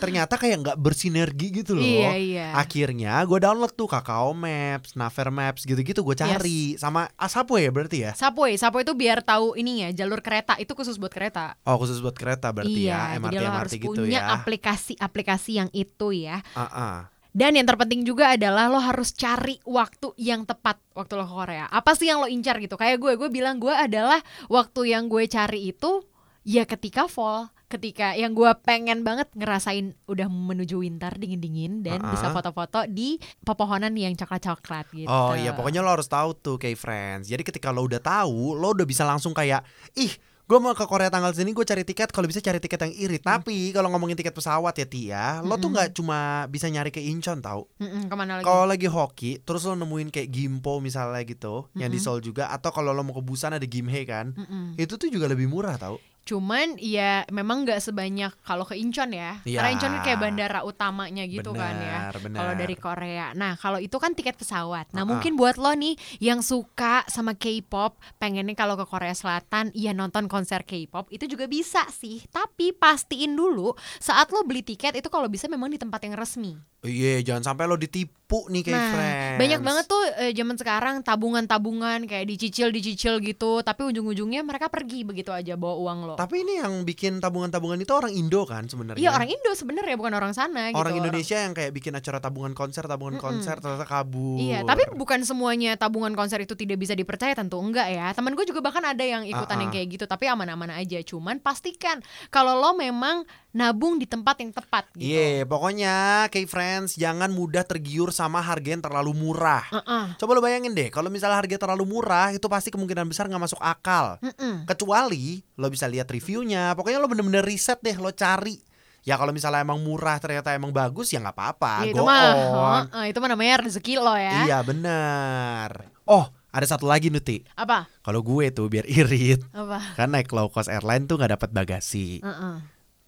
Ternyata kayak nggak bersinergi gitu loh.
Iya, iya.
Akhirnya gue download tuh Kakao Maps, Naver Maps gitu-gitu gue cari sama ah, Subway ya berarti ya.
Subway, Subway itu biar tahu ini ya, jalur kereta itu khusus buat kereta.
Oh khusus buat kereta berarti
iya,
ya MRT
jadi lo
MRT
harus
gitu
punya
ya.
aplikasi-aplikasi yang itu ya.
Ah, ah.
Dan yang terpenting juga adalah lo harus cari waktu yang tepat waktu lo ke Korea. Apa sih yang lo incar gitu? Kayak gue, gue bilang gue adalah waktu yang gue cari itu ya ketika fall, ketika yang gue pengen banget ngerasain udah menuju winter dingin-dingin dan bisa
Ah-ah.
foto-foto di pepohonan yang coklat-coklat gitu.
Oh iya pokoknya lo harus tahu tuh kayak friends. Jadi ketika lo udah tahu, lo udah bisa langsung kayak ih gue mau ke Korea tanggal sini gue cari tiket kalau bisa cari tiket yang irit
Hmm.
tapi kalau ngomongin tiket pesawat ya Tia lo tuh nggak cuma bisa nyari ke Incheon tau
Mm-mm, kemana Hmm. lagi?
kalau lagi hoki terus lo nemuin kayak Gimpo
Hmm.
misalnya gitu yang di Seoul juga atau kalau lo mau ke Busan ada Gimhae kan
Mm-mm.
itu tuh juga lebih murah tau
Cuman ya memang nggak sebanyak kalau ke Incheon ya.
Iya.
Karena Incheon kan kayak bandara utamanya gitu kan ya.
Benar, benar.
Kalau dari Korea. Nah, kalau itu kan tiket pesawat. Nah,
Ah, ah.
mungkin buat lo nih yang suka sama K-pop, pengennya kalau ke Korea Selatan ya nonton konser K-pop itu juga bisa sih. Tapi pastiin dulu saat lo beli tiket itu kalau bisa memang di tempat yang resmi.
Iya, jangan sampai lo ditipu nih kayak friends.
Nah, banyak banget tuh eh, zaman sekarang tabungan-tabungan kayak dicicil-dicicil gitu, tapi ujung-ujungnya mereka pergi begitu aja bawa uang lo.
Tapi ini yang bikin tabungan-tabungan itu orang Indo kan sebenarnya.
Iya orang Indo sebenarnya bukan orang sana gitu.
Orang Indonesia yang kayak bikin acara tabungan konser, tabungan konser ternyata kabur.
Iya, tapi bukan semuanya tabungan konser itu tidak bisa dipercaya tentu enggak ya. Temen gue juga bahkan ada yang ikutan yang
Ah, ah.
kayak gitu, tapi aman-aman aja. Cuman pastikan kalau lo memang nabung di tempat yang tepat gitu.
Iya, pokoknya K-Friends jangan mudah tergiur sama harga yang terlalu murah.
Heeh.
Coba lo bayangin deh, kalau misalnya harga terlalu murah itu pasti kemungkinan besar nggak masuk akal.
Mm-mm.
Kecuali lo bisa lihat reviewnya, pokoknya lo bener-bener riset deh, lo cari. Ya kalau misalnya emang murah ternyata emang bagus ya nggak apa-apa,
Iya, itu
go
mah,
on.
heeh, itu mah namanya rezeki lo ya.
Iya benar. Oh ada satu lagi Nuti,
Apa?
kalau gue tuh biar irit.
Apa?
Kan naik low cost airline tuh nggak dapat bagasi,
Heeh.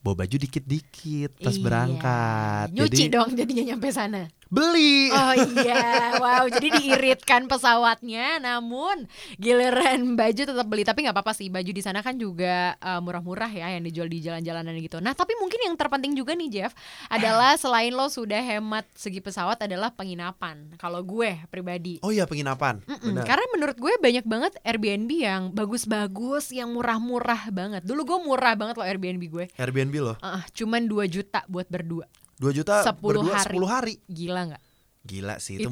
bawa baju dikit-dikit pas
Iya.
berangkat.
Nyuci
Jadi
dong jadinya nyampe sana.
beli.
Oh iya, wow. Jadi diiritkan pesawatnya, namun giliran baju tetap beli. Tapi nggak apa-apa sih, baju di sana kan juga eh, murah-murah ya yang dijual di jalan-jalanan gitu. Nah, tapi mungkin yang terpenting juga nih Jeff adalah selain lo sudah hemat segi pesawat adalah penginapan. Kalau gue pribadi.
Oh iya penginapan.
Mm-mm, kan?
Benar.
karena menurut gue banyak banget Airbnb yang bagus-bagus, yang murah-murah banget. Dulu gue murah banget loh Airbnb gue.
Airbnb loh,
Ah, cuman 2 juta buat berdua.
2 juta
10
berdua
hari.
10 hari.
Gila nggak?
Gila sih itu,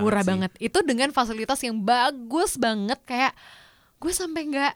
murah banget. sih.
itu dengan fasilitas yang bagus banget kayak gue sampai nggak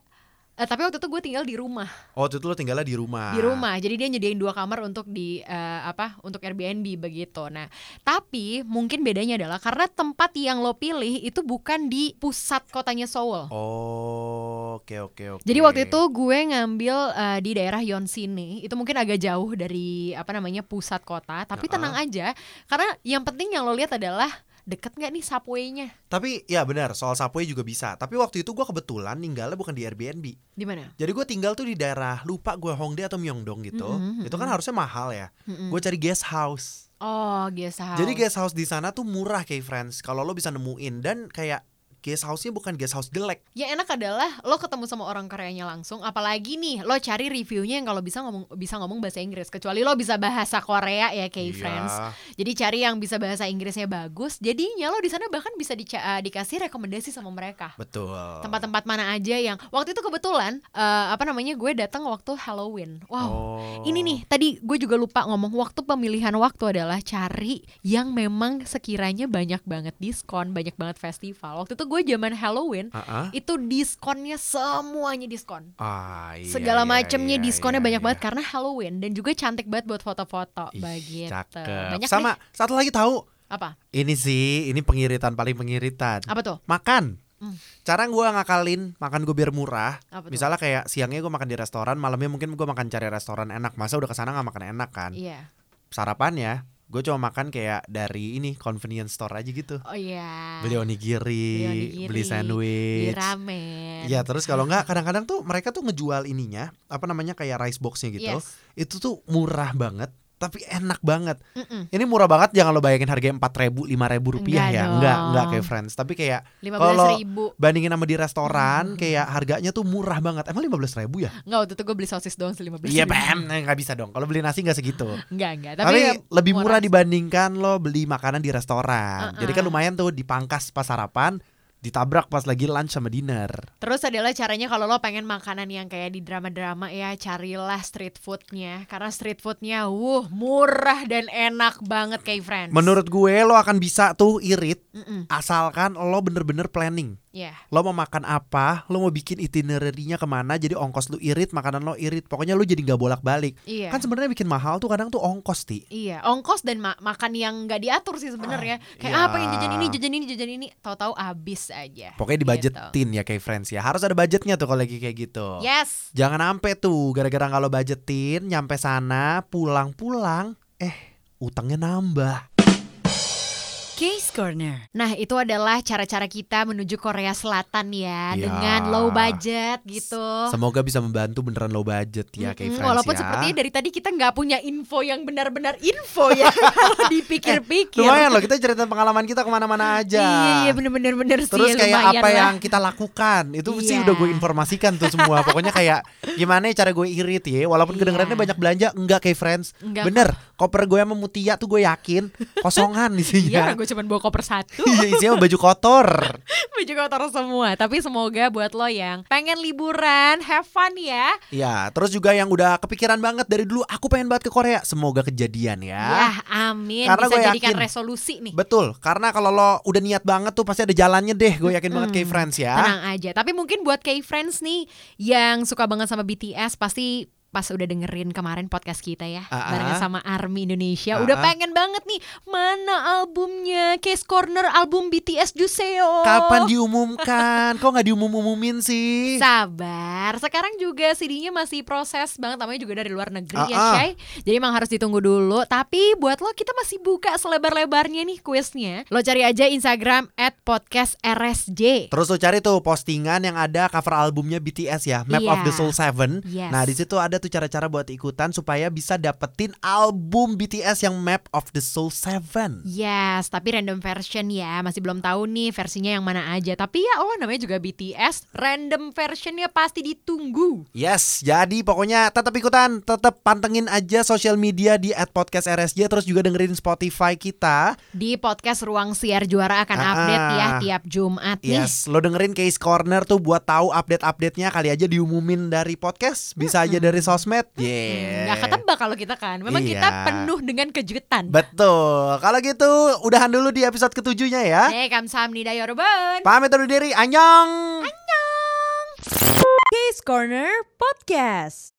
eh, tapi waktu itu gue tinggal di rumah
Oh, waktu itu lo tinggalnya di rumah.
di rumah jadi dia nyediain dua kamar untuk di eh, apa untuk Airbnb begitu nah tapi mungkin bedanya adalah karena tempat yang lo pilih itu bukan di pusat kotanya Seoul
Oh, oke oke oke.
Jadi waktu itu gue ngambil eh, di daerah Yonsini, itu mungkin agak jauh dari apa namanya pusat kota, tapi
Nah,
tenang aja karena yang penting yang lo lihat adalah deket nggak nih subway-nya
Tapi ya benar, soal Subway juga bisa. Tapi waktu itu gua kebetulan ninggalnya bukan di Airbnb.
di mana?
Jadi gue tinggal tuh di daerah lupa gue Hongdae atau Myeongdong gitu.
Mm-mm,
Itu kan harusnya mahal ya.
Mm-mm.
Gue cari guest house.
Oh, Mm. guest house.
Jadi guest house di sana tuh murah kayak friends. Kalau lo bisa nemuin dan kayak guest house-nya bukan guest house jelek.
yang Ya, enak adalah lo ketemu sama orang Koreanya langsung, apalagi nih lo cari reviewnya yang kalau bisa ngomong bisa ngomong bahasa Inggris, kecuali lo bisa bahasa Korea ya, K friends.
Iya.
Jadi cari yang bisa bahasa Inggrisnya bagus, jadinya lo di sana bahkan bisa dica- eh, dikasih rekomendasi sama mereka.
Betul.
Tempat-tempat mana aja yang waktu itu kebetulan eh, apa namanya gue datang waktu Halloween. Wow.
Oh.
Ini nih tadi gue juga lupa ngomong waktu pemilihan waktu adalah cari yang memang sekiranya banyak banget diskon, banyak banget festival. Waktu itu gue zaman Halloween
Ah, ah.
itu diskonnya semuanya diskon.
Ah, iya,
Segala
iya,
macemnya
iya,
diskonnya
iya,
banyak
iya.
banget karena Halloween dan juga cantik banget buat foto-foto
Ih,
begitu.
cakep.
gitu. Banyak
Sama
deh.
satu lagi tahu.
apa?
Ini sih, ini pengiritan paling pengiritan.
Apa tuh?
Makan.
Hmm.
Cara gue ngakalin makan gue biar murah.
Apa tuh?
Misalnya kayak siangnya gue makan di restoran, malamnya mungkin gue makan cari restoran enak. Masa udah kesana nggak makan enak kan?
Iya.
Sarapannya gue cuma makan kayak dari ini convenience store aja gitu.
Oh iya.
Beli onigiri,
Beli onigiri,
beli
Beli
sandwich.
ramen. Ah.
Ya terus kalau nggak kadang-kadang tuh mereka tuh ngejual ininya apa namanya kayak rice boxnya gitu.
Yes.
Itu tuh murah banget tapi enak banget.
Mm-mm.
Ini murah banget jangan lo bayangin harganya empat ribu lima ribu
Enggak
rupiah ya
dong.
enggak enggak kayak friends tapi kayak
15 ribu.
bandingin sama di
Hmm.
restoran kayak harganya tuh murah banget emang lima belas ribu ya
Enggak waktu itu gue beli sosis doang se 15
iya pem eh, nggak bisa dong kalau beli nasi nggak segitu
Enggak, enggak. Tapi,
tapi,
ya
lebih murah,
murah sih.
dibandingkan lo beli makanan di restoran jadi kan
Uh-uh.
lumayan tuh dipangkas pas sarapan ditabrak pas lagi lunch sama dinner
Terus adalah caranya kalau lo pengen makanan yang kayak di drama-drama ya carilah street foodnya karena street foodnya wuh murah dan enak banget kayak friends.
menurut gue lo akan bisa tuh irit
Mm-mm.
asalkan lo bener-bener planning
ya
lo mau makan apa, lo mau bikin itinerary-nya kemana, jadi ongkos lu irit, makanan lo irit, pokoknya lu jadi nggak bolak-balik.
iya.
Kan sebenarnya bikin mahal tuh kadang tuh ongkos ti.
Iya, ongkos dan ma- makan yang nggak diatur sih sebenarnya. Kayak
iya.
ah pengen jajan ini, jajan ini, jajan ini, tahu-tahu habis aja.
Pokoknya
Gitu.
dibudgetin ya kayak friends ya. Harus ada budgetnya tuh kalau lagi kayak gitu.
Yes.
Jangan ampe tuh gara-gara kalau budgetin nyampe sana pulang-pulang eh utangnya nambah.
Case Corner.
Nah, itu adalah cara-cara kita menuju Korea Selatan ya,
Iya.
dengan low budget gitu.
Semoga bisa membantu beneran low budget ya kayak
Mm-mm,
friends
walaupun
ya.
sepertinya dari tadi kita nggak punya info yang benar-benar info ya kalau dipikir-pikir.
Lumayan loh kita cerita pengalaman kita kemana-mana aja.
Iya, iya bener-bener bener sih.
Terus kayak
lumayan
apa
lah.
yang kita lakukan Itu sih
Iya.
udah gue informasikan tuh semua Pokoknya kayak gimana ya cara gue irit ya Walaupun
Iya.
kedengarannya banyak belanja Enggak kayak friends
Enggak
Bener Koper gue sama mutia tuh gue yakin Kosongan
Iya,
isinya
gue cuma bawa koper satu.
Iya isinya baju kotor
baju kotor semua. Tapi semoga buat lo yang pengen liburan, have fun ya.
Iya terus juga yang udah kepikiran banget dari dulu Aku pengen banget ke Korea Semoga kejadian ya
Yah, amin.
Karena
Bisa
gue
jadikan
yakin.
resolusi nih.
Betul Karena kalau lo udah niat banget tuh Pasti ada jalannya deh Gue yakin banget kayak friends ya
Tenang aja. Tapi mungkin buat kayak friends nih yang suka banget sama BTS pasti pas udah dengerin kemarin podcast kita ya
Ah, ah.
barengan sama Army Indonesia
Ah,
udah
ah.
pengen banget nih mana albumnya Case Corner album BTS Juseo
Kapan diumumkan? Kok nggak diumum-umumin sih?
Sabar, sekarang juga CD-nya masih proses banget namanya juga dari luar negeri ya,
Ah, ah.
Shay. Jadi emang harus ditunggu dulu. Tapi buat lo kita masih buka selebar-lebarnya nih kuisnya. Lo cari aja Instagram @podcastrSj.
Terus lo cari tuh postingan yang ada cover albumnya BTS ya, Map of
Iya.
the Soul 7.
Yes.
Nah, di situ ada tuh cara-cara buat ikutan supaya bisa dapetin album BTS yang Map of the Soul 7.
Yes, tapi random version ya. Masih belum tahu nih versinya yang mana aja. Tapi ya Allah namanya juga BTS, random versionnya pasti ditunggu.
Yes, jadi pokoknya tetap ikutan, tetap pantengin aja sosial media di @podcastrSJ terus juga dengerin Spotify kita.
Di podcast Ruang Siar Juara akan
Ah, ah.
update ya tiap Jumat nih.
Yes, lo dengerin Case Corner tuh buat tahu update-update-nya kali aja diumumin dari podcast, bisa aja dari sosmed. Yeah.
Nggak ketebak kalau kita kan. Memang kita
Iya.
penuh dengan kejutan.
Betul. Kalau gitu udahan dulu di episode ketujuhnya ya.
네, 감사합니다, 여러분.
Pamit undur diri, anyong.
Case Corner Podcast.